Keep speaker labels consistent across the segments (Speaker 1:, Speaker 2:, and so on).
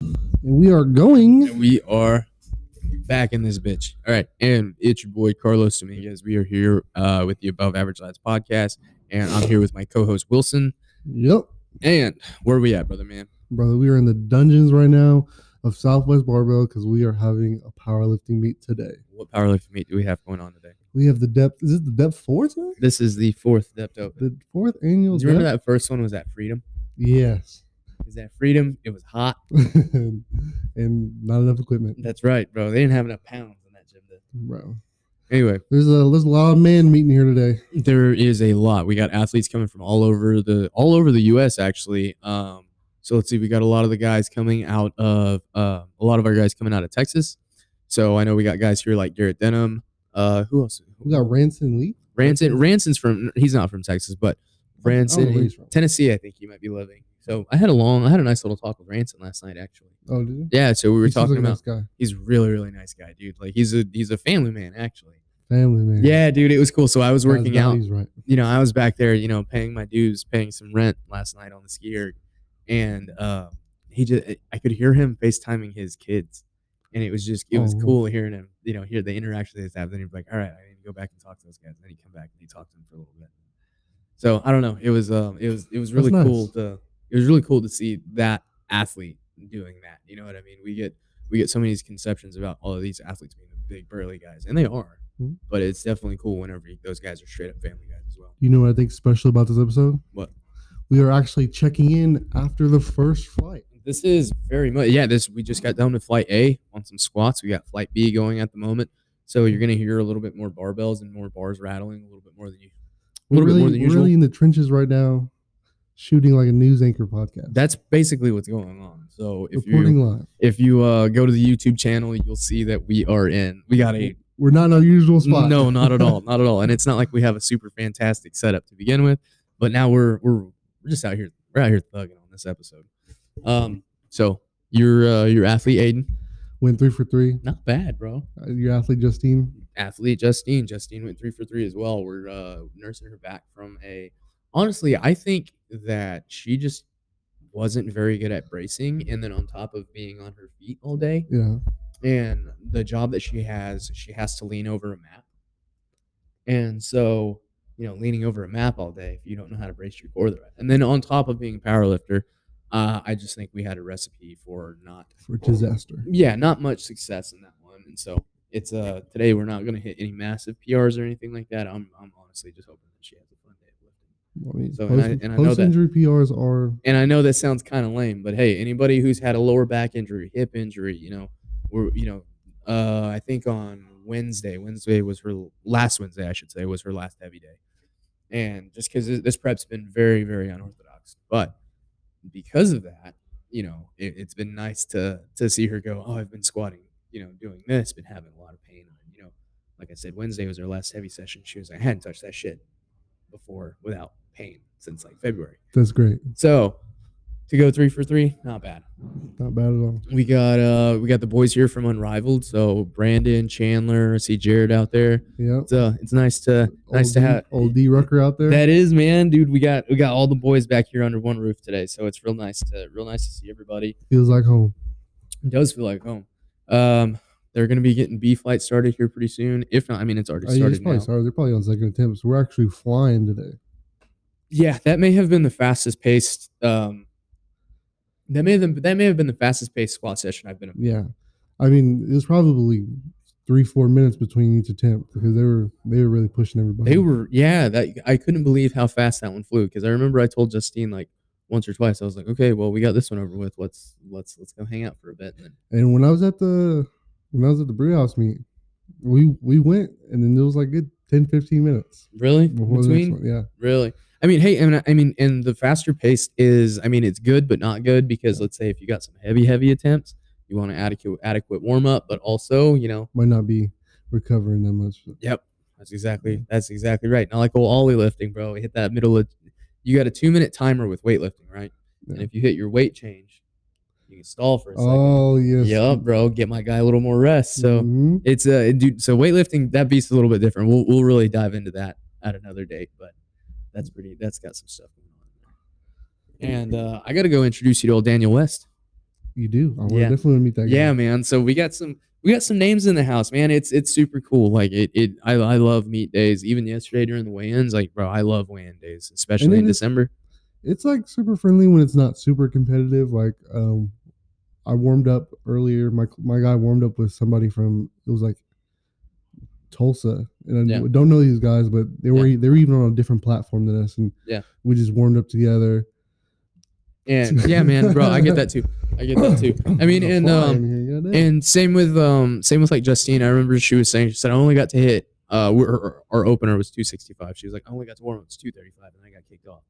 Speaker 1: And we are going.
Speaker 2: And we are back in this bitch. All right. And it's your boy Carlos Dominguez. We are here uh, with the Above Average Lads podcast. And I'm here with my co host Wilson.
Speaker 1: Yep,
Speaker 2: And where are we at, brother man?
Speaker 1: brother. We are in the dungeons right now of Southwest Barbell because we are having a powerlifting meet today.
Speaker 2: What powerlifting meet do we have going on today?
Speaker 1: We have the depth. Is this the depth four today?
Speaker 2: This is the fourth Depth Open.
Speaker 1: The fourth annual.
Speaker 2: Do you remember
Speaker 1: depth?
Speaker 2: that first one was that freedom?
Speaker 1: Yes.
Speaker 2: Is that freedom? It was hot.
Speaker 1: and not enough equipment,
Speaker 2: That's right, bro. They didn't have enough pounds in that gym. Then.
Speaker 1: bro.
Speaker 2: Anyway,
Speaker 1: There's a there's a lot of man meeting here today.
Speaker 2: there is a lot. We got athletes coming from all over the all over the U.S. Actually, um, so let's see. We got a lot of the guys coming out of uh, a lot of our guys coming out of Texas. So I know we got guys here like Garrett Denham. Uh, who else?
Speaker 1: We got Ranson Lee.
Speaker 2: Ranson. Ranson's from. He's not from Texas, but
Speaker 1: I don't know where
Speaker 2: Ranson,
Speaker 1: he's from.
Speaker 2: Tennessee. I think he might be living. So I had a long, I had a nice little talk with Ranson last night, actually.
Speaker 1: Oh, did you?
Speaker 2: Yeah. So we were
Speaker 1: He seems
Speaker 2: talking
Speaker 1: like a
Speaker 2: about.
Speaker 1: nice guy.
Speaker 2: He's a really, really nice guy, dude. Like he's a he's a family man, actually.
Speaker 1: family man.
Speaker 2: Yeah, dude. It was cool. So I was
Speaker 1: Got his
Speaker 2: working out
Speaker 1: values right.
Speaker 2: you know, I was back there, you know, paying my dues, paying some rent last night on the skier, and uh, he just, I could hear him FaceTiming his kids, and it was just, it was
Speaker 1: Oh.
Speaker 2: cool hearing him, you know, hear the interaction they have. Then he'd be like, "All right, I need to go back and talk to those guys." Then he'd come back and he talked to them for a little bit. So I don't know. It was, um, it was, it was
Speaker 1: That's
Speaker 2: really
Speaker 1: nice.
Speaker 2: cool to, it was really cool to see that athlete doing that. You know what I mean? We get, we get so many conceptions about all of these athletes being the big burly guys, and they are.
Speaker 1: Mhm.
Speaker 2: But it's definitely cool whenever you- those guys are straight up family guys as well.
Speaker 1: You know what I think special about this episode?
Speaker 2: What?
Speaker 1: We are actually checking in after the first flight.
Speaker 2: This is very much yeah. This we just got done with flight A on some squats. We got flight B going at the moment, so you're gonna hear a little bit more barbells and more bars rattling a little bit more than you. A
Speaker 1: We're
Speaker 2: little bit
Speaker 1: really,
Speaker 2: more than
Speaker 1: we're really
Speaker 2: usual.
Speaker 1: in the trenches right now, shooting like a news anchor podcast.
Speaker 2: That's basically what's going on. So if
Speaker 1: reporting
Speaker 2: you
Speaker 1: live.
Speaker 2: if you uh, go to the YouTube channel, you'll see that we are in. We got a
Speaker 1: We're not in our usual spot.
Speaker 2: no, not at all, not at all. And it's not like we have a super fantastic setup to begin with, but now we're we're we're just out here we're out here thugging on this episode. Um, so your uh, your athlete Aiden,
Speaker 1: Went three for three.
Speaker 2: not bad, bro.
Speaker 1: Uh, Your athlete Justine.
Speaker 2: athlete Justine. Justine went three for three as well. We're uh, nursing her back from a. Honestly, I think that she just wasn't very good at bracing, and then on top of being on her feet all day,
Speaker 1: Yeah.
Speaker 2: and the job that she has, she has to lean over a map, and so you know, leaning over a map all day if you don't know how to brace your core the right. And then on top of being a power lifter, uh, I just think we had a recipe for not
Speaker 1: For disaster.
Speaker 2: yeah, not much success in that one. And so it's uh today we're not gonna hit any massive PRs or anything like that. I'm I'm honestly just hoping that she has a fun day of lifting.
Speaker 1: I mean,
Speaker 2: So, and
Speaker 1: post,
Speaker 2: I- and I know that-
Speaker 1: injury PRs are
Speaker 2: And I know that sounds kind of lame, but hey, anybody who's had a lower back injury, hip injury, you know, we're you know, uh, I think on Wednesday, Wednesday was her last Wednesday, I should say, was her last heavy day, and just because this prep's been very, very unorthodox, but because of that, you know, it, it's been nice to to see her go. Oh, I've been squatting, you know, doing this, been having a lot of pain, and you know, like I said, Wednesday was her last heavy session. She was like, I hadn't touched that shit before without pain since like February.
Speaker 1: that's great.
Speaker 2: So to go three for three, not bad.
Speaker 1: Not bad at all.
Speaker 2: We got uh we got the boys here from Unrivaled. So Brandon, Chandler, I see Jared out there.
Speaker 1: Yeah.
Speaker 2: It's uh it's nice to
Speaker 1: old
Speaker 2: nice to
Speaker 1: D,
Speaker 2: have
Speaker 1: old D Rucker out there.
Speaker 2: that is man, dude. We got we got all the boys back here under one roof today. So it's real nice to real nice to see everybody.
Speaker 1: Feels like home.
Speaker 2: It does feel like home. Um they're gonna be getting B flight started here pretty soon. If not, I mean it's already
Speaker 1: Uh, yeah, it's
Speaker 2: started.
Speaker 1: probably
Speaker 2: now.
Speaker 1: started. They're probably on second attempts. We're actually flying today.
Speaker 2: Yeah, that may have been the fastest paced um that may have been, that may have been the fastest paced squat session I've been a
Speaker 1: Yeah, I mean it was probably three four minutes between each attempt because they were they were really pushing everybody.
Speaker 2: They were, yeah. That I couldn't believe how fast that one flew because I remember I told Justine like once or twice. I was like, okay, well, we got this one over with. Let's let's let's go hang out for a bit. And then,
Speaker 1: And when I was at the when I was at the brew house meet, we we went and then it was like good 10, 15 minutes
Speaker 2: really,
Speaker 1: before the next
Speaker 2: between
Speaker 1: one. Yeah,
Speaker 2: really. I mean, hey, and I- I mean, and the faster pace is, I mean, it's good but not good because let's say if you got some heavy heavy attempts, you want an adequate adequate warm up, but also you know,
Speaker 1: might not be recovering that much.
Speaker 2: yep, that's exactly that's exactly right. Not like old ollie lifting, bro. We hit that middle of, you got a two minute timer with weightlifting, right? And
Speaker 1: Yeah.
Speaker 2: if you hit your weight change, You can stall for a second.
Speaker 1: Oh yes.
Speaker 2: yeah, bro. Get my guy a little more rest. So
Speaker 1: Mhm.
Speaker 2: it's a uh, dude. So weightlifting that beast a little bit different. We'll we'll really dive into that at another date, but that's pretty. That's got some stuff going on. And uh, I got to go introduce you to old Daniel West.
Speaker 1: you do. I want
Speaker 2: Yeah.
Speaker 1: definitely wanna meet that guy.
Speaker 2: Yeah, man. So we got some we got some names in the house, man. It's it's super cool. Like it it I, I love meat days. Even yesterday during the weigh-ins, like bro, I love weigh-in days, especially
Speaker 1: then
Speaker 2: in
Speaker 1: it's-
Speaker 2: December.
Speaker 1: it's like super friendly when it's not super competitive. Like um, I warmed up earlier. My my guy warmed up with somebody from it was like Tulsa, and I
Speaker 2: Yeah.
Speaker 1: don't know these guys, but they were e, they were even on a different platform than us, and
Speaker 2: Yeah.
Speaker 1: we just warmed up together.
Speaker 2: And yeah, man, bro, I get that too. I get that too. I mean, and um,
Speaker 1: Mm.
Speaker 2: And same with um same with like Justine. I remember she was saying she said I only got to hit uh we're- our, our opener was 265. She was like I only got to warm up was 235 and I got kicked off.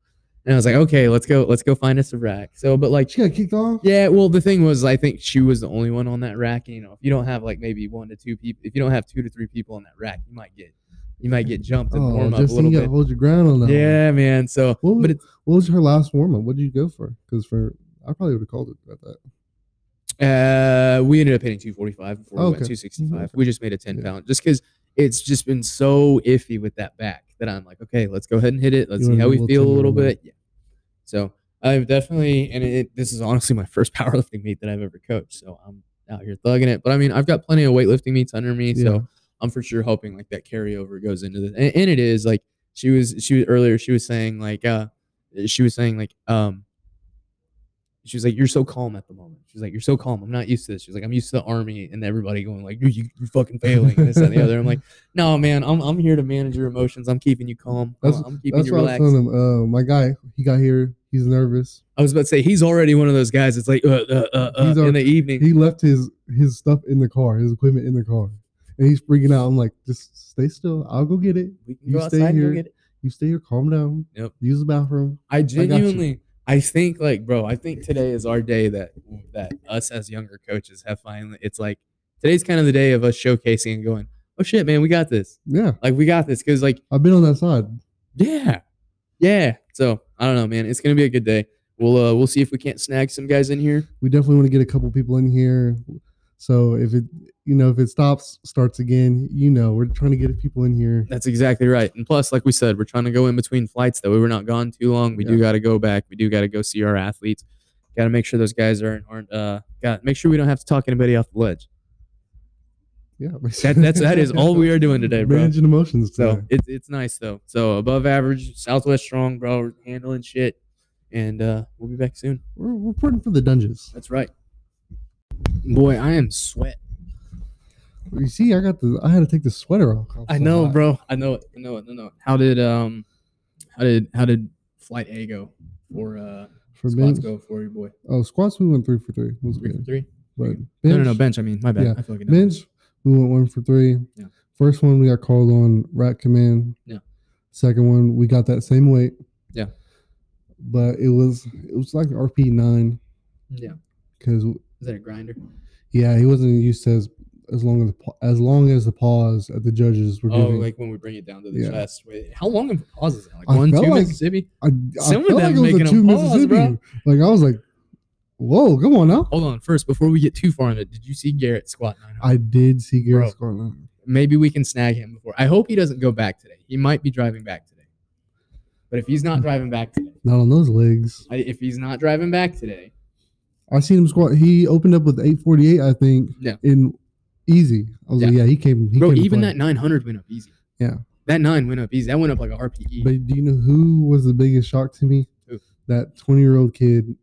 Speaker 2: And I was like okay, let's go let's go find us a rack. So but like
Speaker 1: she got kicked off.
Speaker 2: yeah, well the thing was I think she was the only one on that rack and you know if you don't have like maybe one to two people if you don't have two to three people on that rack, you might get you might get jumped and
Speaker 1: Oh,
Speaker 2: warm up a
Speaker 1: Justine
Speaker 2: little
Speaker 1: got
Speaker 2: bit.
Speaker 1: hold your ground on that. one.
Speaker 2: Yeah, man. So
Speaker 1: What was,
Speaker 2: but it,
Speaker 1: what was her last warm up? What did you go for? Because for I probably would have called it at that.
Speaker 2: Uh, we ended up hitting 245 before we
Speaker 1: Oh,
Speaker 2: went
Speaker 1: okay.
Speaker 2: 265.
Speaker 1: Mhm, okay.
Speaker 2: We just made a 10
Speaker 1: Yeah.
Speaker 2: pound just because it's just been so iffy with that back that I'm like, okay, let's go ahead and hit it. Let's see
Speaker 1: wanna
Speaker 2: how
Speaker 1: do a
Speaker 2: we
Speaker 1: little
Speaker 2: feel a
Speaker 1: 10
Speaker 2: little
Speaker 1: on that.
Speaker 2: bit. Yeah. So I've definitely, and it, this is honestly my first powerlifting meet that I've ever coached. So I'm out here thugging it. But I mean, I've got plenty of weightlifting meets under me.
Speaker 1: Yeah.
Speaker 2: So I'm for sure hoping like that carryover goes into this. And, and it is like she was, she was earlier, she was saying like, uh, she was saying like, um, she was like, "You're so calm at the moment." She's like, "You're so calm. I'm not used to this." She's like, "I'm used to the army and everybody going like, dude, you, you fucking failing and this that, and the other." I'm like, "No, man. I'm, I'm here to manage your emotions. I'm keeping you calm. I'm, I'm keeping
Speaker 1: That's
Speaker 2: you
Speaker 1: what I
Speaker 2: relaxed."
Speaker 1: was telling him. Uh, my guy, he got here. He's nervous.
Speaker 2: I was about to say he's already one of those guys. It's like uh, uh, uh, uh,
Speaker 1: He's
Speaker 2: in
Speaker 1: our-
Speaker 2: the evening.
Speaker 1: he left his his stuff in the car, his equipment in the car, and he's freaking out. I'm like, just stay still. I'll go get it.
Speaker 2: We can
Speaker 1: you
Speaker 2: go
Speaker 1: stay
Speaker 2: outside and go
Speaker 1: here.
Speaker 2: get it.
Speaker 1: You stay here, calm down.
Speaker 2: Yep.
Speaker 1: Use the bathroom.
Speaker 2: I
Speaker 1: you.
Speaker 2: genuinely, I, think like, bro, I think today is our day that that us as younger coaches have finally. It's like today's kind of the day of us showcasing and going, "Oh shit, man, we got this.
Speaker 1: Yeah,
Speaker 2: Like, we got this." Because like.
Speaker 1: I've been on that side.
Speaker 2: Yeah. Yeah. So I don't know, man. It's gonna be a good day. We'll uh we'll see if we can't snag some guys in here.
Speaker 1: We definitely want to get a couple people in here. So if it, you know, if it stops, starts again, you know, we're trying to get people in here.
Speaker 2: That's exactly right. And plus, like we said, we're trying to go in between flights. That way we're not gone too long. We do
Speaker 1: Yeah.
Speaker 2: gotta go back. We do gotta go see our athletes. Gotta make sure those guys aren't aren't uh got make sure we don't have to talk anybody off the ledge.
Speaker 1: Yeah,
Speaker 2: That that's that is all we are doing today, bro.
Speaker 1: Managing emotions. Today.
Speaker 2: So it's it's nice though. So above average, Southwest strong, bro. We're handling shit. And uh we'll be back soon.
Speaker 1: we're we're putting for the dungeons.
Speaker 2: That's right. Boy, I am sweat.
Speaker 1: You see, I got the. I had to take the sweater off.
Speaker 2: I know, bro. I know it. I know it. I know it. How did um, how did how did flight A go for uh
Speaker 1: For
Speaker 2: squats
Speaker 1: bench,
Speaker 2: go for your boy?
Speaker 1: oh squats, we went three for three. It was
Speaker 2: Three for
Speaker 1: good.
Speaker 2: three.
Speaker 1: But
Speaker 2: No, no, no,
Speaker 1: bench-
Speaker 2: bench. I mean, my bad.
Speaker 1: Yeah.
Speaker 2: I feel like I did
Speaker 1: Bench, we went one for three.
Speaker 2: Yeah.
Speaker 1: First one we got called on rack command.
Speaker 2: Yeah.
Speaker 1: Second one we got that same weight.
Speaker 2: Yeah.
Speaker 1: But it was it was like RP nine
Speaker 2: Yeah,
Speaker 1: because
Speaker 2: is that a grinder?
Speaker 1: yeah he wasn't used to as as long as the, pa- as long as the pause at the judges were
Speaker 2: Oh,
Speaker 1: giving.
Speaker 2: like when we bring it down to the
Speaker 1: Yeah.
Speaker 2: chest. Wait, how long of a pause is that? Like
Speaker 1: I
Speaker 2: one, two
Speaker 1: felt like-
Speaker 2: Mississippi.
Speaker 1: I, I
Speaker 2: some of
Speaker 1: felt
Speaker 2: them
Speaker 1: like it was
Speaker 2: making
Speaker 1: a
Speaker 2: a
Speaker 1: two
Speaker 2: pause,
Speaker 1: Mississippi.
Speaker 2: bro.
Speaker 1: Like I was like, whoa, come on now.
Speaker 2: Hold on, first before we get too far in it, did you see Garrett squat nine?
Speaker 1: I did see
Speaker 2: Bro.
Speaker 1: Garrett Scotland.
Speaker 2: Maybe we can snag him before. I hope he doesn't go back today. He might be driving back today, but if he's not driving back today,
Speaker 1: Not on those legs.
Speaker 2: I, if he's not driving back today,
Speaker 1: I seen him squat. He opened up with eight forty eight, I think.
Speaker 2: Yeah.
Speaker 1: In easy. I was like, yeah, he came. He
Speaker 2: Bro,
Speaker 1: came to
Speaker 2: even
Speaker 1: play.
Speaker 2: that 900 went up easy.
Speaker 1: Yeah.
Speaker 2: That nine went up easy. That went up like a E. RPE.
Speaker 1: But do you know who was the biggest shock to me?
Speaker 2: Who?
Speaker 1: That 20 year old kid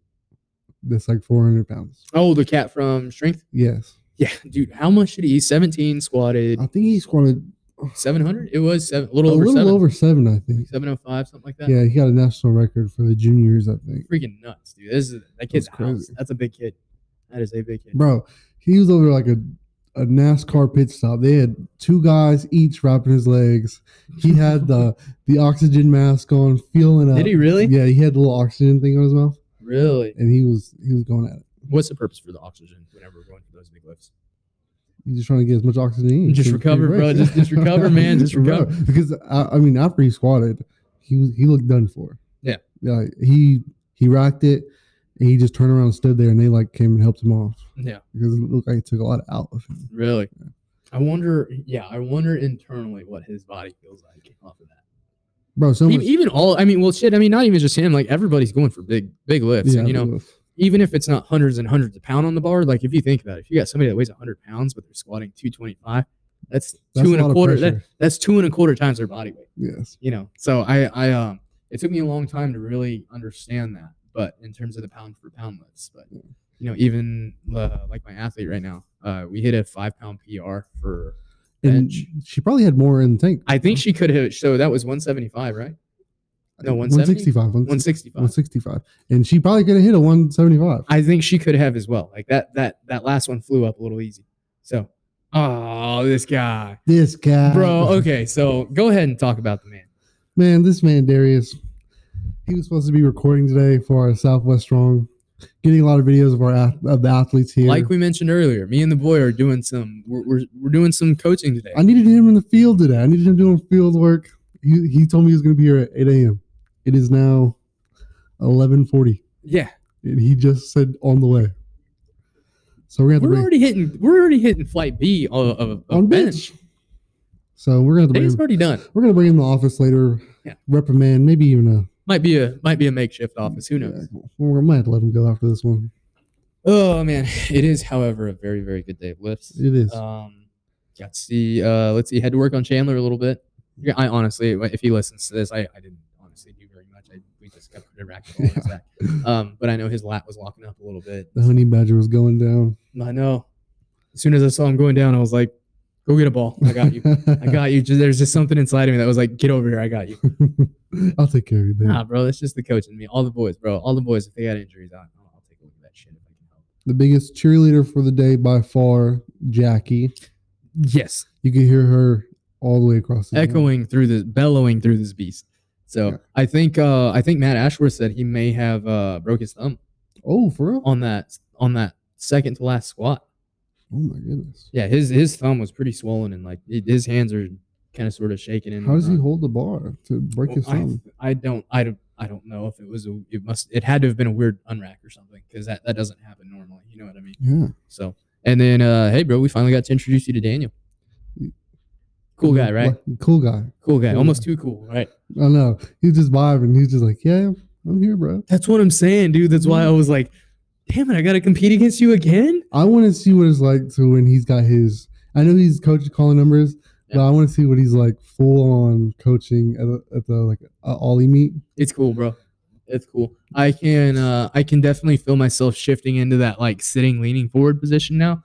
Speaker 1: that's like 400 pounds.
Speaker 2: oh, the cat from Strength?
Speaker 1: Yes.
Speaker 2: Yeah, dude. How much did he? eat? 17 squatted.
Speaker 1: I think he squatted
Speaker 2: 700? It was seven, a
Speaker 1: a
Speaker 2: little over
Speaker 1: little
Speaker 2: seven.
Speaker 1: over seven, I think.
Speaker 2: 705, something like that.
Speaker 1: Yeah, he got a national record for the juniors, I think.
Speaker 2: Freaking nuts, dude. This is, that kid's
Speaker 1: crazy.
Speaker 2: house. That's a big kid. That is a big kid.
Speaker 1: Bro, he was over like a, a NASCAR pit stop. They had two guys each wrapping his legs. He had the the oxygen mask on, feeling up.
Speaker 2: Did he really?
Speaker 1: Yeah, he had the little oxygen thing on his mouth,
Speaker 2: Really?
Speaker 1: and he was he was going at it.
Speaker 2: What's the purpose for the oxygen whenever we're going through those big lifts?
Speaker 1: He's just trying to get as much oxygen. in.
Speaker 2: Just
Speaker 1: So-
Speaker 2: recover,
Speaker 1: right.
Speaker 2: bro. Just- just recover, man. Just
Speaker 1: Bro,
Speaker 2: recover.
Speaker 1: Because I, I mean, after he squatted, he was he looked done for.
Speaker 2: Yeah.
Speaker 1: Yeah. He he racked it, and he just turned around and stood there, and they like came and helped him off
Speaker 2: Yeah.
Speaker 1: because it looked like it took a lot out of him.
Speaker 2: Really. I wonder. Yeah, I wonder internally what his body feels like off of that.
Speaker 1: Bro, so
Speaker 2: Even,
Speaker 1: much.
Speaker 2: even all. I mean, well, shit. I mean, not even just him. Like everybody's going for big, big lifts. and, you know, even if it's not hundreds and hundreds of pound on the bar, like if you think about it, if you got somebody that weighs 100 pounds but they're squatting 225, that's,
Speaker 1: That's
Speaker 2: two and
Speaker 1: lot
Speaker 2: a
Speaker 1: of
Speaker 2: quarter. That,
Speaker 1: pressure.
Speaker 2: that's two and a quarter times their body weight.
Speaker 1: yes.
Speaker 2: You know, so I, I, um, it took me a long time to really understand that. But in terms of the pound for pound lifts, but you know, even uh, like my athlete right now, uh, we hit a five pound PR for.
Speaker 1: And
Speaker 2: Bench.
Speaker 1: she probably had more in the tank.
Speaker 2: I think she could have. So that was 175, right? No, 170?
Speaker 1: 165.
Speaker 2: 165.
Speaker 1: 165. And she probably could have hit a 175.
Speaker 2: I think she could have as well. Like that that that last one flew up a little easy. So, oh, this guy,
Speaker 1: This guy.
Speaker 2: bro. Okay, so go ahead and talk about the man.
Speaker 1: Man, this man, Darius, he was supposed to be recording today for our Southwest Strong, getting a lot of videos of our ath- of the athletes here.
Speaker 2: Like we mentioned earlier, me and the boy are doing some we're we're, we're doing some coaching today.
Speaker 1: I needed him in the field today. I needed him doing field work. He, he told me he was going to be here at 8 a.m. It is now 1140,
Speaker 2: yeah,
Speaker 1: and he just said on the way. So we're going to
Speaker 2: we're
Speaker 1: have to
Speaker 2: already hitting we're already hitting flight B of, of, of
Speaker 1: bring on bench.
Speaker 2: bench.
Speaker 1: So we're going to have to bring
Speaker 2: Day's
Speaker 1: him.
Speaker 2: already done.
Speaker 1: We're going to bring him in the office later,
Speaker 2: Yeah.
Speaker 1: reprimand, maybe even a
Speaker 2: Might be a might be a makeshift office. Who knows?
Speaker 1: Yeah, well, we might have to let him go after this one.
Speaker 2: Oh man, it is, however, a very very good day of lifts.
Speaker 1: It is.
Speaker 2: Um, got to see. Uh, let's see. Had to work on Chandler a little bit. Yeah, I honestly, if he listens to this, I, I didn't honestly do very much. I we just got the racket on his back. Um, but I know his lat was locking up a little bit.
Speaker 1: the honey badger was going down.
Speaker 2: I know. As soon as I saw him going down, I was like, "Go get a ball. I got you. I got you." Just, there's just something inside of me that was like, "Get over here. I got you."
Speaker 1: I'll take care of you, babe.
Speaker 2: Nah, bro. That's just the coach in me. All the boys, bro. All the boys. If they got injuries, I, I'll take a look at that shit if I can help.
Speaker 1: The biggest cheerleader for the day by far, Jackie.
Speaker 2: Yes,
Speaker 1: You can hear her all the way across the room.
Speaker 2: echoing through this bellowing through this beast so
Speaker 1: Mm-hmm. Yeah.
Speaker 2: i think uh i think matt ashworth said he may have uh broke his thumb
Speaker 1: Oh, for real? Oh
Speaker 2: on that on that second to last squat
Speaker 1: Oh my goodness.
Speaker 2: yeah his his thumb was pretty swollen and like it- his hands are kind of sort of shaking and
Speaker 1: How does he
Speaker 2: whatnot.
Speaker 1: hold the bar to break his
Speaker 2: Well, Oh, I-
Speaker 1: thumb?
Speaker 2: I, don't i don't i don't know if it was a it must it had to have been a weird unrack or something because that that doesn't happen normally you know what i mean
Speaker 1: Yeah.
Speaker 2: so and then uh hey bro we finally got to introduce you to daniel cool guy right
Speaker 1: Like, Cool guy.
Speaker 2: cool guy
Speaker 1: Mm. Cool
Speaker 2: almost too cool right
Speaker 1: I know. He's just vibing. He's just like, yeah, I'm here, bro.
Speaker 2: That's what I'm saying, dude. That's why I was like, damn it, I gotta compete against you again.
Speaker 1: I want to see what it's like to when he's got his. I know he's coach calling numbers, but
Speaker 2: Yeah.
Speaker 1: I want to see what he's like full on coaching at, the- at the like uh, Ollie meet.
Speaker 2: It's cool, bro. It's cool. I can uh I can definitely feel myself shifting into that like sitting leaning forward position now.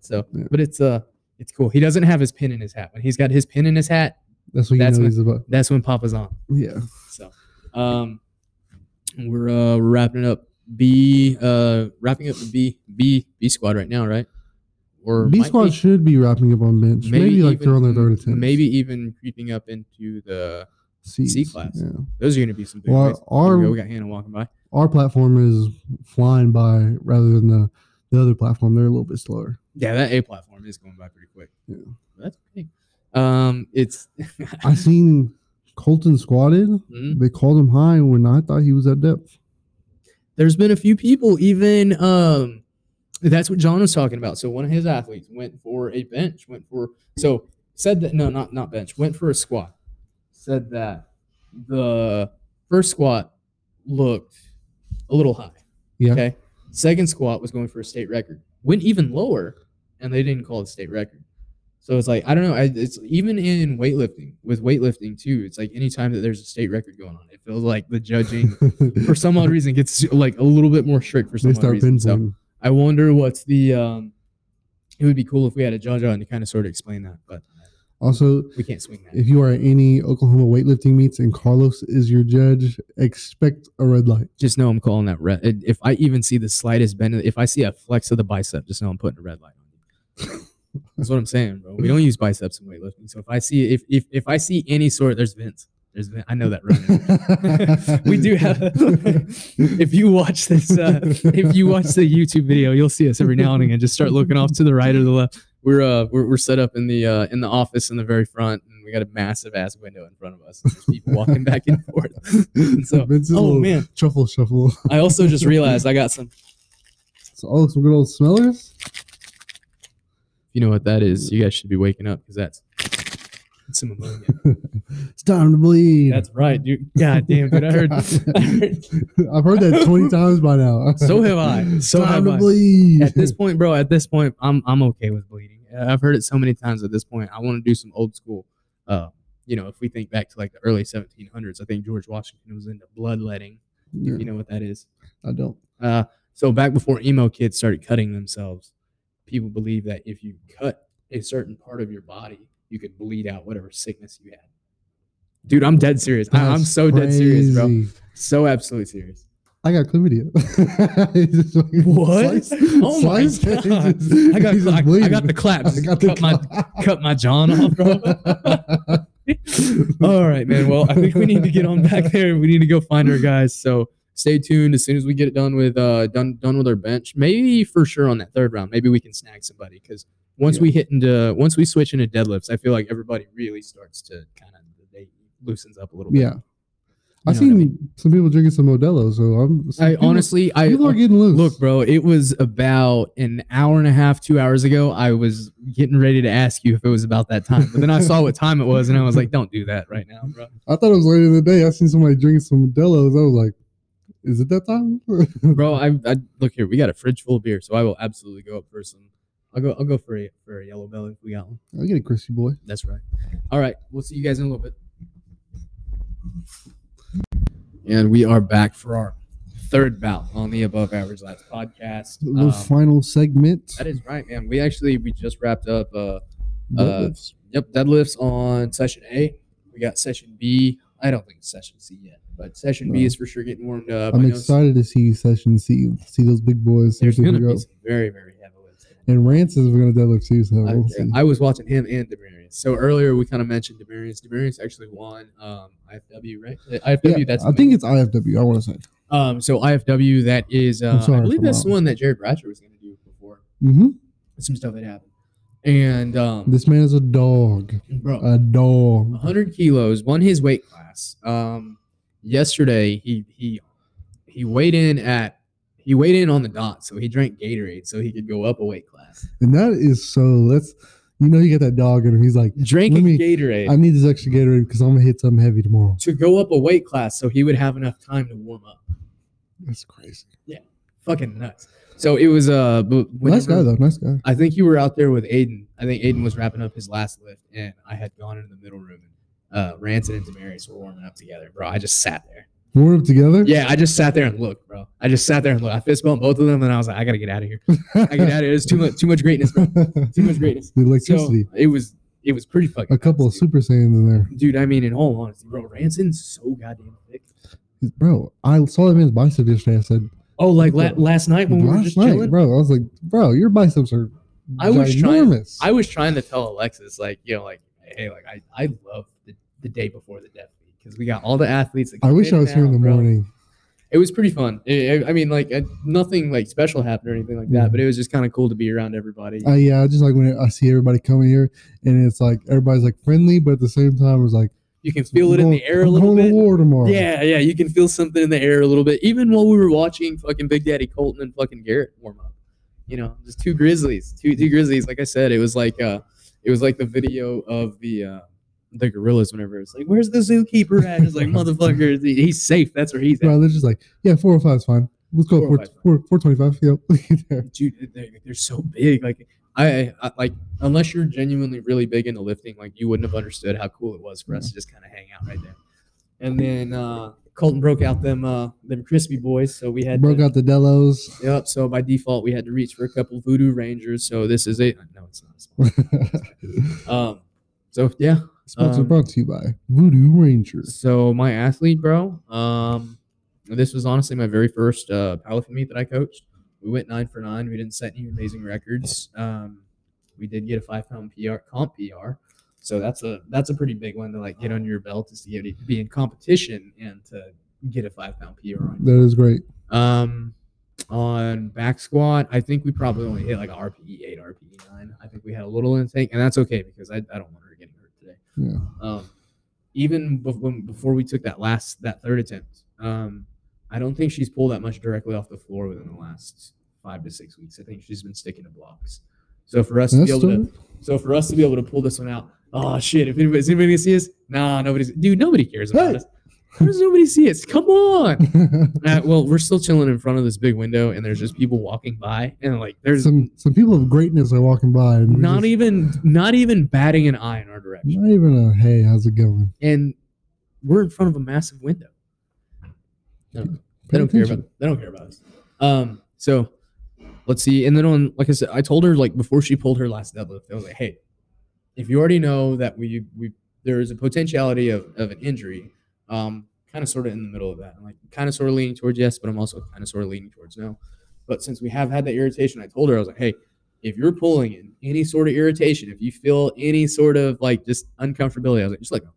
Speaker 2: So
Speaker 1: Yeah.
Speaker 2: but it's uh it's cool. He doesn't have his pin in his hat. When he's got his pin in his hat,
Speaker 1: That's what you
Speaker 2: That's
Speaker 1: know
Speaker 2: what-
Speaker 1: he's about.
Speaker 2: that's when Papa's on.
Speaker 1: Yeah,
Speaker 2: So um we're uh we're wrapping it up B uh wrapping up the B B B squad right now, right? Or
Speaker 1: B
Speaker 2: might
Speaker 1: squad
Speaker 2: be-
Speaker 1: should be wrapping up on bench. Maybe, like they're on their third attempt.
Speaker 2: Maybe even creeping up into the C class.
Speaker 1: Yeah.
Speaker 2: Those are going to be some big
Speaker 1: Well,
Speaker 2: ways.
Speaker 1: our-
Speaker 2: we, go. we got Hannah walking by.
Speaker 1: Our platform is flying by rather than the the other platform. They're a little bit slower.
Speaker 2: Yeah, that A platform is going by pretty quick.
Speaker 1: Yeah.
Speaker 2: That's okay. Um, it's
Speaker 1: I seen Colton squatted.
Speaker 2: Mm.
Speaker 1: They called him high when I thought he was at depth.
Speaker 2: there's been a few people even um, that's what John was talking about. So one of his athletes went for a bench, went for so said that no, not not bench, went for a squat. Said that the first squat looked a little high.
Speaker 1: Yeah.
Speaker 2: Okay. Second squat was going for a state record. Went even lower, and they didn't call it state record. So it's like I don't know. I, it's even in weightlifting with weightlifting too. It's like anytime that there's a state record going on, it feels like the judging for some odd reason gets like a little bit more strict for some
Speaker 1: they
Speaker 2: odd
Speaker 1: start
Speaker 2: reason. So
Speaker 1: pinpointing.
Speaker 2: I wonder what's the. Um, it would be cool if we had a judge on to kind of sort of explain that, but
Speaker 1: Also,
Speaker 2: we can't swing that.
Speaker 1: if you are at any Oklahoma weightlifting meets and Carlos is your judge, expect a red light.
Speaker 2: Just know I'm calling that red. and If I even see the slightest bend, if I see a flex of the bicep, just know I'm putting a red light on you. That's what I'm saying, bro. We don't use biceps in weightlifting. So if I see if if, if I see any sort, there's Vince. There's Vin- I know that running. we do have. if you watch this, uh, if you watch the YouTube video, you'll see us every now and again. Just start looking off to the right or the left. We're uh, we're, we're set up in the uh, in the office in the very front, and we We got a massive ass window in front of us. And there's people walking back and forth. And so,
Speaker 1: Vince's
Speaker 2: oh
Speaker 1: little
Speaker 2: man,
Speaker 1: Shuffle, shuffle.
Speaker 2: I also just realized I got some.
Speaker 1: So, oh, some good old smellers.
Speaker 2: If you know what that is, you guys should be waking up because that's it's some ammonia.
Speaker 1: It's time to bleed.
Speaker 2: That's right, dude. God damn, dude. I heard. I heard-
Speaker 1: I've heard that twenty times by now.
Speaker 2: So have I. So
Speaker 1: time
Speaker 2: have
Speaker 1: to
Speaker 2: I.
Speaker 1: bleed.
Speaker 2: at this point, bro. At this point, I'm I'm okay with bleeding. I've heard it so many times. At this point, I want to do some old school. Uh, you know, if we think back to like the early 1700s, I think George Washington was into bloodletting.
Speaker 1: Yeah,
Speaker 2: You know what that is.
Speaker 1: I don't.
Speaker 2: Uh, so back before emo kids started cutting themselves, people believed that if you cut a certain part of your body, you could bleed out whatever sickness you had. Dude, I'm dead serious. I, I'm
Speaker 1: That's
Speaker 2: so dead serious, bro.
Speaker 1: crazy.
Speaker 2: So absolutely serious.
Speaker 1: I got chlamydia. It's just like
Speaker 2: What?
Speaker 1: slice-
Speaker 2: Oh my
Speaker 1: slice, and
Speaker 2: God.
Speaker 1: it's just-
Speaker 2: I got
Speaker 1: it's just
Speaker 2: I, I got
Speaker 1: bleeding.
Speaker 2: the claps.
Speaker 1: I got the
Speaker 2: cut my cut my jaw off, bro.
Speaker 1: clap.
Speaker 2: All right, man. Well, I think we need to get on back there. We need to go find our guys. So stay tuned. As soon as we get it done with uh done done with our bench, maybe for sure on that third round, maybe we can snag somebody because once we hit into once we switch into deadlifts, I feel like everybody really starts to kind of they loosens up a little bit.
Speaker 1: yeah, I
Speaker 2: You know what I
Speaker 1: seen some people drinking some Modelo, so I'm. some
Speaker 2: I
Speaker 1: people-
Speaker 2: honestly, I
Speaker 1: people are getting loose.
Speaker 2: Look, bro, it was about an hour and a half, two hours ago. I was getting ready to ask you if it was about that time, but then I saw what time it was, and I was like, "Don't do that right now, bro."
Speaker 1: I thought it was later in the day. I seen somebody drinking some Modelo's. I was like, "Is it that time?"
Speaker 2: Bro, I, I look here. We got a fridge full of beer, so I will absolutely go up for some. I'll go. I'll go for a for a yellow belly if we got one.
Speaker 1: I get it, Christy boy.
Speaker 2: That's right. All right, we'll see you guys in a little bit. And we are back for our third bout on the Above Average Labs podcast.
Speaker 1: The little
Speaker 2: Um, uh,
Speaker 1: final segment.
Speaker 2: that is right, man. We actually we just wrapped up. Uh, Yep, deadlifts on session A. We got session B. I don't think it's session C yet, but session B
Speaker 1: No.
Speaker 2: is for sure getting warmed up. I
Speaker 1: I'm
Speaker 2: know
Speaker 1: excited to see session see see those big boys. see if
Speaker 2: There's
Speaker 1: they
Speaker 2: going to
Speaker 1: can
Speaker 2: be
Speaker 1: go.
Speaker 2: some very, very heavy lifts.
Speaker 1: And Rance is going to deadlift too, so we'll see.
Speaker 2: I, I was watching him and Demarius. So earlier we kind of mentioned Demarius. Demarius actually won um, IFW, right? Uh, IFW,
Speaker 1: Yeah,
Speaker 2: that's
Speaker 1: I
Speaker 2: the
Speaker 1: think
Speaker 2: main-
Speaker 1: it's IFW. I want to say.
Speaker 2: um, so IFW. That is, uh,
Speaker 1: sorry
Speaker 2: I believe
Speaker 1: for
Speaker 2: that's
Speaker 1: my-
Speaker 2: the one that Jared Bratcher was going to do before
Speaker 1: hmm
Speaker 2: some stuff that happened. And um,
Speaker 1: This uh, man is a dog.
Speaker 2: bro,
Speaker 1: A dog.
Speaker 2: 100 kilos, won his weight class. Um, yesterday he he he weighed in at he weighed in on the dot, so he drank Gatorade so he could go up a weight class.
Speaker 1: And that is so. That's you know you got that dog in him. He's like,
Speaker 2: Drinking
Speaker 1: me-
Speaker 2: Gatorade
Speaker 1: I need this extra Gatorade because I'm gonna hit something heavy tomorrow.
Speaker 2: to go up a weight class so he would have enough time to warm up.
Speaker 1: That's crazy.
Speaker 2: Fucking nuts. So it was uh bu-
Speaker 1: nice guy
Speaker 2: whenever-
Speaker 1: though. Nice guy.
Speaker 2: I think you were out there with Aiden. I think Aiden was wrapping up his last lift, and I had gone into the middle room. and Uh, Ranson and Demarius were warming up together, bro. I just sat there.
Speaker 1: We We're up together.
Speaker 2: Yeah, I just sat there and looked, bro. I just sat there and looked. I fist bumped both of them, and I was like, I gotta get out of here. I get out of here. It's too much, too much greatness, bro. Too much greatness.
Speaker 1: the
Speaker 2: So
Speaker 1: electricity.
Speaker 2: it was, it was pretty fucking.
Speaker 1: a couple of
Speaker 2: nuts,
Speaker 1: Super Saiyans in there.
Speaker 2: dude. dude. I mean, in all honesty, bro, Ranson's so goddamn thick.
Speaker 1: Bro, I saw that man's bicep yesterday. I said,
Speaker 2: Oh, like la- last night when we were
Speaker 1: last
Speaker 2: just
Speaker 1: night,
Speaker 2: chilling,
Speaker 1: bro. I was like, bro, your biceps are
Speaker 2: I was trying-
Speaker 1: ginormous.
Speaker 2: I was trying to tell Alexis, like, you know, like, hey, like, I, I love the, the day before the death week because we got all the athletes. That
Speaker 1: I
Speaker 2: come
Speaker 1: wish I was here in
Speaker 2: now,
Speaker 1: the
Speaker 2: bro.
Speaker 1: morning.
Speaker 2: It was pretty fun. I- I I mean, like, uh, nothing like special happened or anything like that,
Speaker 1: Mhm.
Speaker 2: but it was just kind of cool to be around everybody.
Speaker 1: I, yeah, I just like when I see everybody coming here, and it's like everybody's like friendly, but at the same time, it's like
Speaker 2: you can feel it in
Speaker 1: "I'm
Speaker 2: the
Speaker 1: going-
Speaker 2: air a
Speaker 1: I'm
Speaker 2: little
Speaker 1: going
Speaker 2: bit.
Speaker 1: To war tomorrow.
Speaker 2: Yeah, yeah, you can feel something in the air a little bit. Even while we were watching fucking Big Daddy Colton and fucking Garrett warm up, you know, just two Grizzlies, two two Grizzlies. Like I said, it was like uh, it was like the video of the uh, the gorillas. Whenever it was like, "Where's the zookeeper at?" It's like, "Motherfucker, he- he's safe. That's where he's at."
Speaker 1: bro, they're just like, yeah, four or five is fine. Let's go four
Speaker 2: 405
Speaker 1: four four twenty five. Yep.
Speaker 2: Dude, they're, they're so big. Like I, I like unless you're genuinely really big into lifting, like you wouldn't have understood how cool it was for us to just kind of hang out right there. And then uh, Colton broke out them uh, them crispy boys, so we had
Speaker 1: Broke
Speaker 2: to-
Speaker 1: out the Delos.
Speaker 2: Yep. So by default, we had to reach for a couple Voodoo Rangers. So this is a no, it's not. a sponsor. Um. So yeah.
Speaker 1: Sponsor
Speaker 2: Um,
Speaker 1: brought to you by Voodoo Rangers.
Speaker 2: So my athlete, bro. Um. This was honestly my very first uh, powerlifting meet that I coached. We went nine for nine. We didn't set any amazing records. Um, we did get a five pound PR comp PR. So that's a that's a pretty big one to like get under your belt is to get be in competition and to get a five pound PR on
Speaker 1: That is great.
Speaker 2: Um, on back squat, I think we probably E only hit like a RPE eight, RPE nine. I think we had a little intake, and that's okay because I, I don't want her getting hurt today.
Speaker 1: Yeah.
Speaker 2: Um, even bef- when, before we took that last that third attempt, um, I don't think she's pulled that much directly off the floor within the last five to six weeks. I think she's been sticking to blocks. So for us to
Speaker 1: That's
Speaker 2: be able to
Speaker 1: still,
Speaker 2: so for us to be able to pull this one out, oh shit! If anybody, is anybody gonna see us? Nah, nobody's. Dude, nobody cares about
Speaker 1: Hey.
Speaker 2: us. How does nobody see us? Come on. Uh, well, we're still chilling in front of this big window, and there's just people walking by, and like there's
Speaker 1: some some people of greatness are walking by. And we're
Speaker 2: not
Speaker 1: just-
Speaker 2: even not even batting an eye in our direction,
Speaker 1: Not even a hey, how's it going?
Speaker 2: Mm-hmm. and we're in front of a massive window. No, they
Speaker 1: Pay
Speaker 2: don't care
Speaker 1: attention.
Speaker 2: about. They don't care about us. Um. So let's see. And then on, like I said, I told her like before she pulled her last deadlift, I was like, hey, if you already know that we we there is a potentiality of of an injury, um, kind of sort of in the middle of that, I'm like kind of sort of leaning towards yes, but I'm also kind of sort of leaning towards no. But since we have had that irritation, I told her I was like, hey, if you're pulling in any sort of irritation, if you feel any sort of like just uncomfortability, I was like, just let go.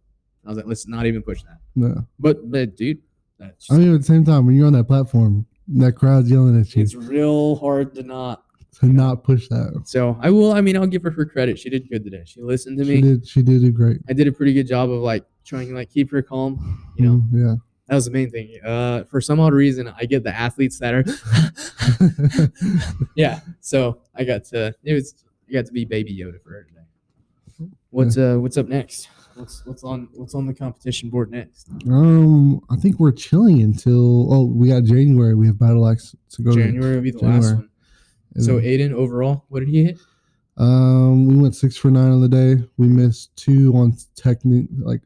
Speaker 2: I was like, let's not even push that.
Speaker 1: No.
Speaker 2: But but dude, that's
Speaker 1: I mean, at the same time, when you're on that platform, that crowd's yelling at you
Speaker 2: it's real hard to not.
Speaker 1: to not push that.
Speaker 2: So I will. I mean, I'll give her her credit. She did good today. She listened to
Speaker 1: She
Speaker 2: me.
Speaker 1: did. She did do great.
Speaker 2: I did a pretty good job of like trying to like keep her calm. You know,
Speaker 1: Mm, yeah.
Speaker 2: that was the main thing. Uh, for some odd reason, I get the athletes that are. yeah. So I got to. It was. I got to be Baby Yoda for her today. What's uh What's up next? What's What's on What's on the competition board next?
Speaker 1: Um, I think we're chilling until oh, we got January. We have Battle Axe to go. to.
Speaker 2: January will be the last
Speaker 1: January.
Speaker 2: one. So Aiden overall, what did he hit?
Speaker 1: Um, we went six for nine on the day. We missed two on technic, like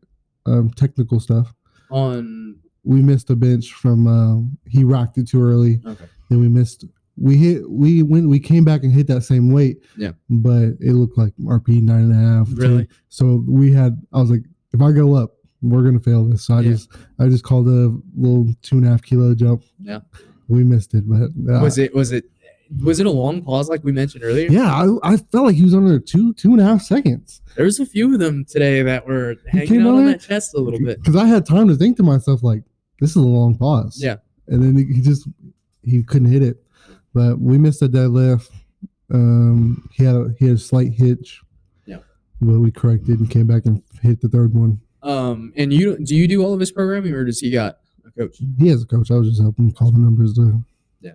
Speaker 1: um, technical stuff.
Speaker 2: On
Speaker 1: We missed a bench from um, he rocked it too early.
Speaker 2: okay.
Speaker 1: Then we missed. We hit. We went. We came back and hit that same weight.
Speaker 2: Yeah.
Speaker 1: But it looked like RP nine and a half. 10.
Speaker 2: Really?
Speaker 1: So we had. I was like, if I go up, we're gonna fail this. So I
Speaker 2: Yeah.
Speaker 1: just, I just called a little two and a half kilo jump.
Speaker 2: Yeah.
Speaker 1: We missed it, but uh,
Speaker 2: was it was it was it a long pause like we mentioned earlier?
Speaker 1: Yeah, I, I felt like he was under two two and a half seconds.
Speaker 2: There was a few of them today that were hanging
Speaker 1: came
Speaker 2: out on
Speaker 1: on
Speaker 2: that chest a little bit.
Speaker 1: because I had time to think to myself like this is a long pause.
Speaker 2: Yeah.
Speaker 1: and then he just he couldn't hit it, but we missed a deadlift. Um, he had a, he had a slight hitch.
Speaker 2: Yeah.
Speaker 1: but we corrected and came back and hit the third one.
Speaker 2: Um, and you do you do all of his programming or does he got a coach?
Speaker 1: He has a coach. I was just helping him call the numbers though.
Speaker 2: Yeah.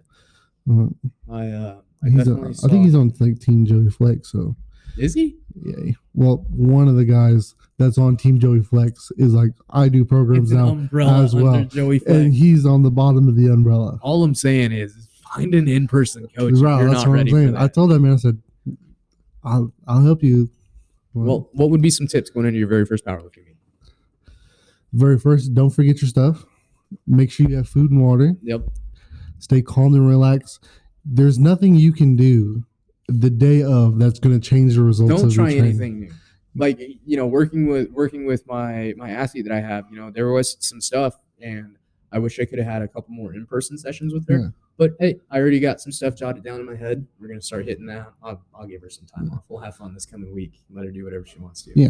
Speaker 1: Uh,
Speaker 2: I uh, I
Speaker 1: he's
Speaker 2: definitely
Speaker 1: on,
Speaker 2: saw.
Speaker 1: I think he's on like Team Joey Flex. So
Speaker 2: is he?
Speaker 1: yeah, well, one of the guys that's on Team Joey Flex is like I do
Speaker 2: It's
Speaker 1: programs
Speaker 2: an
Speaker 1: now,
Speaker 2: umbrella
Speaker 1: as
Speaker 2: under
Speaker 1: well.
Speaker 2: Joey
Speaker 1: and
Speaker 2: Fleck.
Speaker 1: he's on the bottom of the umbrella.
Speaker 2: All I'm saying is find an in-person coach. if
Speaker 1: Right,
Speaker 2: you're
Speaker 1: that's what
Speaker 2: not
Speaker 1: I'm
Speaker 2: ready for
Speaker 1: saying.
Speaker 2: that.
Speaker 1: I told that man, I said, I'll, I'll help you.
Speaker 2: well, what would be some tips going into your very first powerlifting game?
Speaker 1: very first, don't forget your stuff. Make sure you have food and water.
Speaker 2: Yep.
Speaker 1: Stay calm and relaxed. There's nothing you can do the day of that's going to change the results.
Speaker 2: don't
Speaker 1: of your
Speaker 2: try
Speaker 1: training.
Speaker 2: anything new like you know working with working with my my athlete that i have you know there was some stuff and i wish i could have had a couple more in-person sessions with her
Speaker 1: Yeah.
Speaker 2: but hey i already got some stuff jotted down in my head we're gonna start hitting that i'll, I'll give her some time off we'll have fun this coming week let her do whatever she wants to
Speaker 1: Yeah.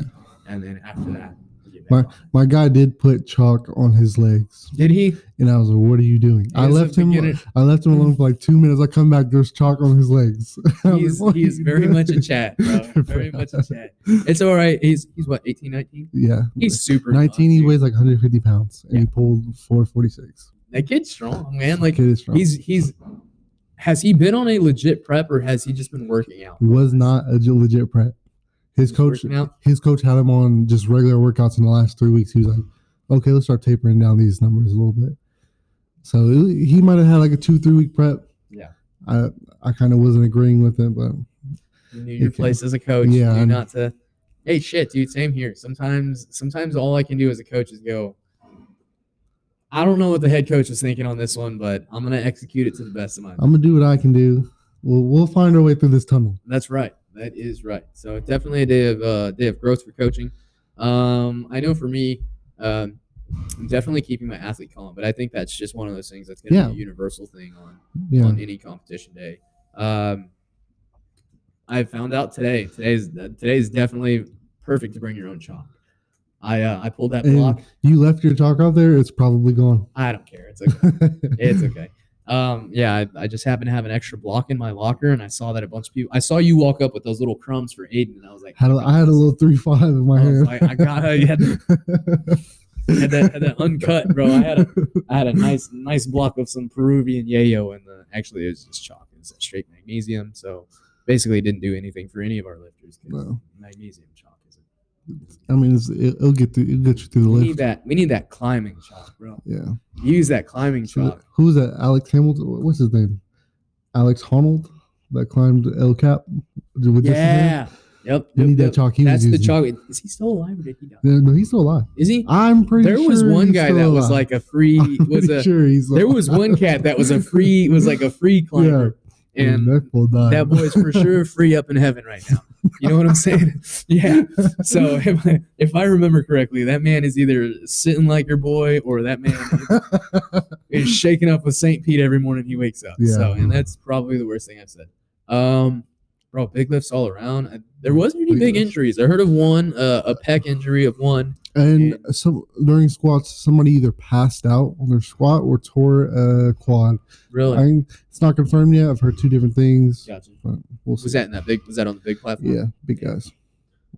Speaker 2: and then after that we'll get back
Speaker 1: My-
Speaker 2: on it.
Speaker 1: My guy did put chalk on his legs,
Speaker 2: did he
Speaker 1: and I was like, "What are you doing?" I
Speaker 2: He's a
Speaker 1: left him.
Speaker 2: beginner.
Speaker 1: I left him alone for like two minutes. I come back, there's chalk on his legs. I was
Speaker 2: he's,
Speaker 1: like, "What
Speaker 2: he is
Speaker 1: are you
Speaker 2: very
Speaker 1: doing?"
Speaker 2: much a chat bro. very much a chat it's all right he's he's what 18 19
Speaker 1: yeah.
Speaker 2: he's super young,
Speaker 1: 19. He
Speaker 2: dude.
Speaker 1: weighs like 150 pounds, and
Speaker 2: Yeah.
Speaker 1: he pulled 446.
Speaker 2: that kid's strong man like
Speaker 1: Kid is strong.
Speaker 2: He's he's has he been on a legit prep or has he just been working out?
Speaker 1: was not a ge- legit prep. His
Speaker 2: Just
Speaker 1: coach,
Speaker 2: working out?
Speaker 1: his coach had him on just regular workouts in the last three weeks. He was like, "Okay, let's start tapering down these numbers a little bit." So it- he might have had like a two, three week prep.
Speaker 2: Yeah.
Speaker 1: I I kind of wasn't agreeing with it, but
Speaker 2: You knew your
Speaker 1: Okay.
Speaker 2: place as a coach.
Speaker 1: Yeah,
Speaker 2: You
Speaker 1: I
Speaker 2: knew
Speaker 1: know.
Speaker 2: not to. Hey, shit, dude. Same here. Sometimes, sometimes all I can do as a coach is go. I don't know what the head coach is thinking on this one, but I'm gonna execute it to the best of my.
Speaker 1: I'm gonna do what I can do. We'll we'll find our way through this tunnel.
Speaker 2: That's right. That is right. So definitely a day of uh, day of growth for coaching. Um, I know for me, um, I'm definitely keeping my athlete calm, but I think that's just one of those things that's gonna
Speaker 1: Yeah.
Speaker 2: be a universal thing on
Speaker 1: Yeah,
Speaker 2: on any competition day. Um, I found out today. Today's today's definitely perfect to bring your own chalk. I uh, I pulled that
Speaker 1: And-
Speaker 2: block.
Speaker 1: you left your chalk out there. It's probably gone.
Speaker 2: I don't care. It's okay. it's okay. Um, yeah, I, I just happened to have an extra block in my locker, and I saw that a bunch of people. I saw you walk up with those little crumbs for Aiden, and I was like,
Speaker 1: Had a,
Speaker 2: "God,
Speaker 1: I had a
Speaker 2: this-
Speaker 1: little three five in my
Speaker 2: I was
Speaker 1: hand.
Speaker 2: like, I gotta- you had had that, had that uncut, bro. I had a, I had a nice, nice block of some Peruvian yayo, and the, actually it was just chalk. It was that straight magnesium, so basically it didn't do anything for any of our lifters. 'cause
Speaker 1: No.
Speaker 2: Magnesium chalk is
Speaker 1: I mean, it's, it, it'll get through, it'll get you through the
Speaker 2: We
Speaker 1: lift.
Speaker 2: need that. We need that climbing chalk, bro.
Speaker 1: Yeah.
Speaker 2: Use that climbing
Speaker 1: So,
Speaker 2: chalk.
Speaker 1: who was that? Alex Hamilton. Wha- What's his name? Alex Honnold that climbed El Cap. With this hand?
Speaker 2: Yeah. Yep.
Speaker 1: We
Speaker 2: yep,
Speaker 1: need
Speaker 2: yep.
Speaker 1: that chalk. He was
Speaker 2: That's the
Speaker 1: using.
Speaker 2: chalk. Is he still alive or did he die?
Speaker 1: Yeah, no, he's still alive.
Speaker 2: Is he?
Speaker 1: I'm pretty.
Speaker 2: There was
Speaker 1: sure
Speaker 2: one
Speaker 1: he's
Speaker 2: guy
Speaker 1: still
Speaker 2: that was
Speaker 1: alive.
Speaker 2: like a free
Speaker 1: I'm
Speaker 2: was
Speaker 1: pretty
Speaker 2: a
Speaker 1: sure he's
Speaker 2: there was
Speaker 1: alive.
Speaker 2: one cat that was a free was like a free climber.
Speaker 1: Yeah,
Speaker 2: And
Speaker 1: that fool died.
Speaker 2: that boy's for sure free up in heaven right now. You know what I'm saying? Yeah. So if I, if I remember correctly, that man is either sitting like your boy or that man is shaking up with St. Pete every morning he wakes up.
Speaker 1: Yeah.
Speaker 2: So, and that's probably the worst thing I've said. Um, bro, big lifts all around. I, there wasn't any
Speaker 1: Big
Speaker 2: big
Speaker 1: lifts.
Speaker 2: injuries. I heard of one, uh, a pec injury of one.
Speaker 1: and some during squats, somebody either passed out on their squat or tore a quad. I
Speaker 2: Really?
Speaker 1: mean, it's not confirmed yet. I've heard two different things.
Speaker 2: Gotcha.
Speaker 1: But we'll see.
Speaker 2: Was that in that big? Was that on the big platform?
Speaker 1: Yeah, big guys.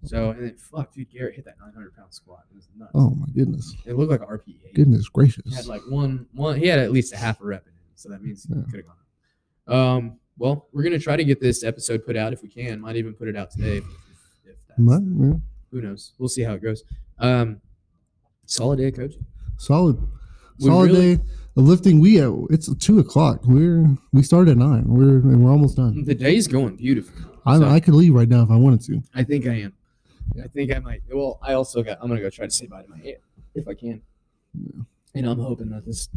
Speaker 2: So and then fuck, dude, Garrett hit that 900 pound squat. It was nuts.
Speaker 1: Oh my goodness,
Speaker 2: It looked like RPE.
Speaker 1: goodness
Speaker 2: He had
Speaker 1: gracious.
Speaker 2: like one one he had at least a half a rep in him, so that means he
Speaker 1: Yeah.
Speaker 2: could have gone. up. Um well, we're gonna try to get this episode put out if we can. Might even put it out today if, if that's,
Speaker 1: Right, yeah.
Speaker 2: who knows. We'll see how it goes. Um solid day, coach.
Speaker 1: Solid,
Speaker 2: We
Speaker 1: solid
Speaker 2: really-
Speaker 1: day of lifting. We at it's two o'clock. We're we started at nine. We're and we're almost done.
Speaker 2: The day's going beautiful.
Speaker 1: I,
Speaker 2: So-
Speaker 1: I could leave right now if I wanted to.
Speaker 2: I think I am.
Speaker 1: Yeah.
Speaker 2: I think I might. Well, I also got. I'm gonna go try to say bye to my aunt if I can. And I'm hoping that this.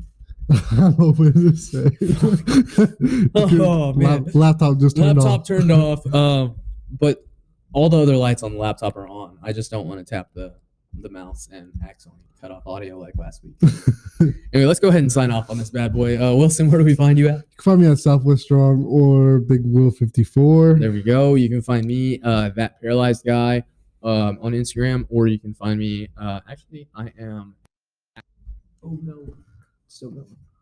Speaker 1: I'm hoping to say.
Speaker 2: Oh, man.
Speaker 1: laptop just turned
Speaker 2: laptop
Speaker 1: off.
Speaker 2: turned off. Um, but all the other lights on the laptop are on. I just don't want to tap the the mouse and accidentally cut off audio like last week. anyway, let's go ahead and sign off on this bad boy. Uh, Wilson, where do we find you at?
Speaker 1: You can find me at Southwest Strong or Big Will 54.
Speaker 2: There we go. You can find me, uh, that paralyzed guy, um, on Instagram, or you can find me. Uh, actually, I am. Oh no, still going.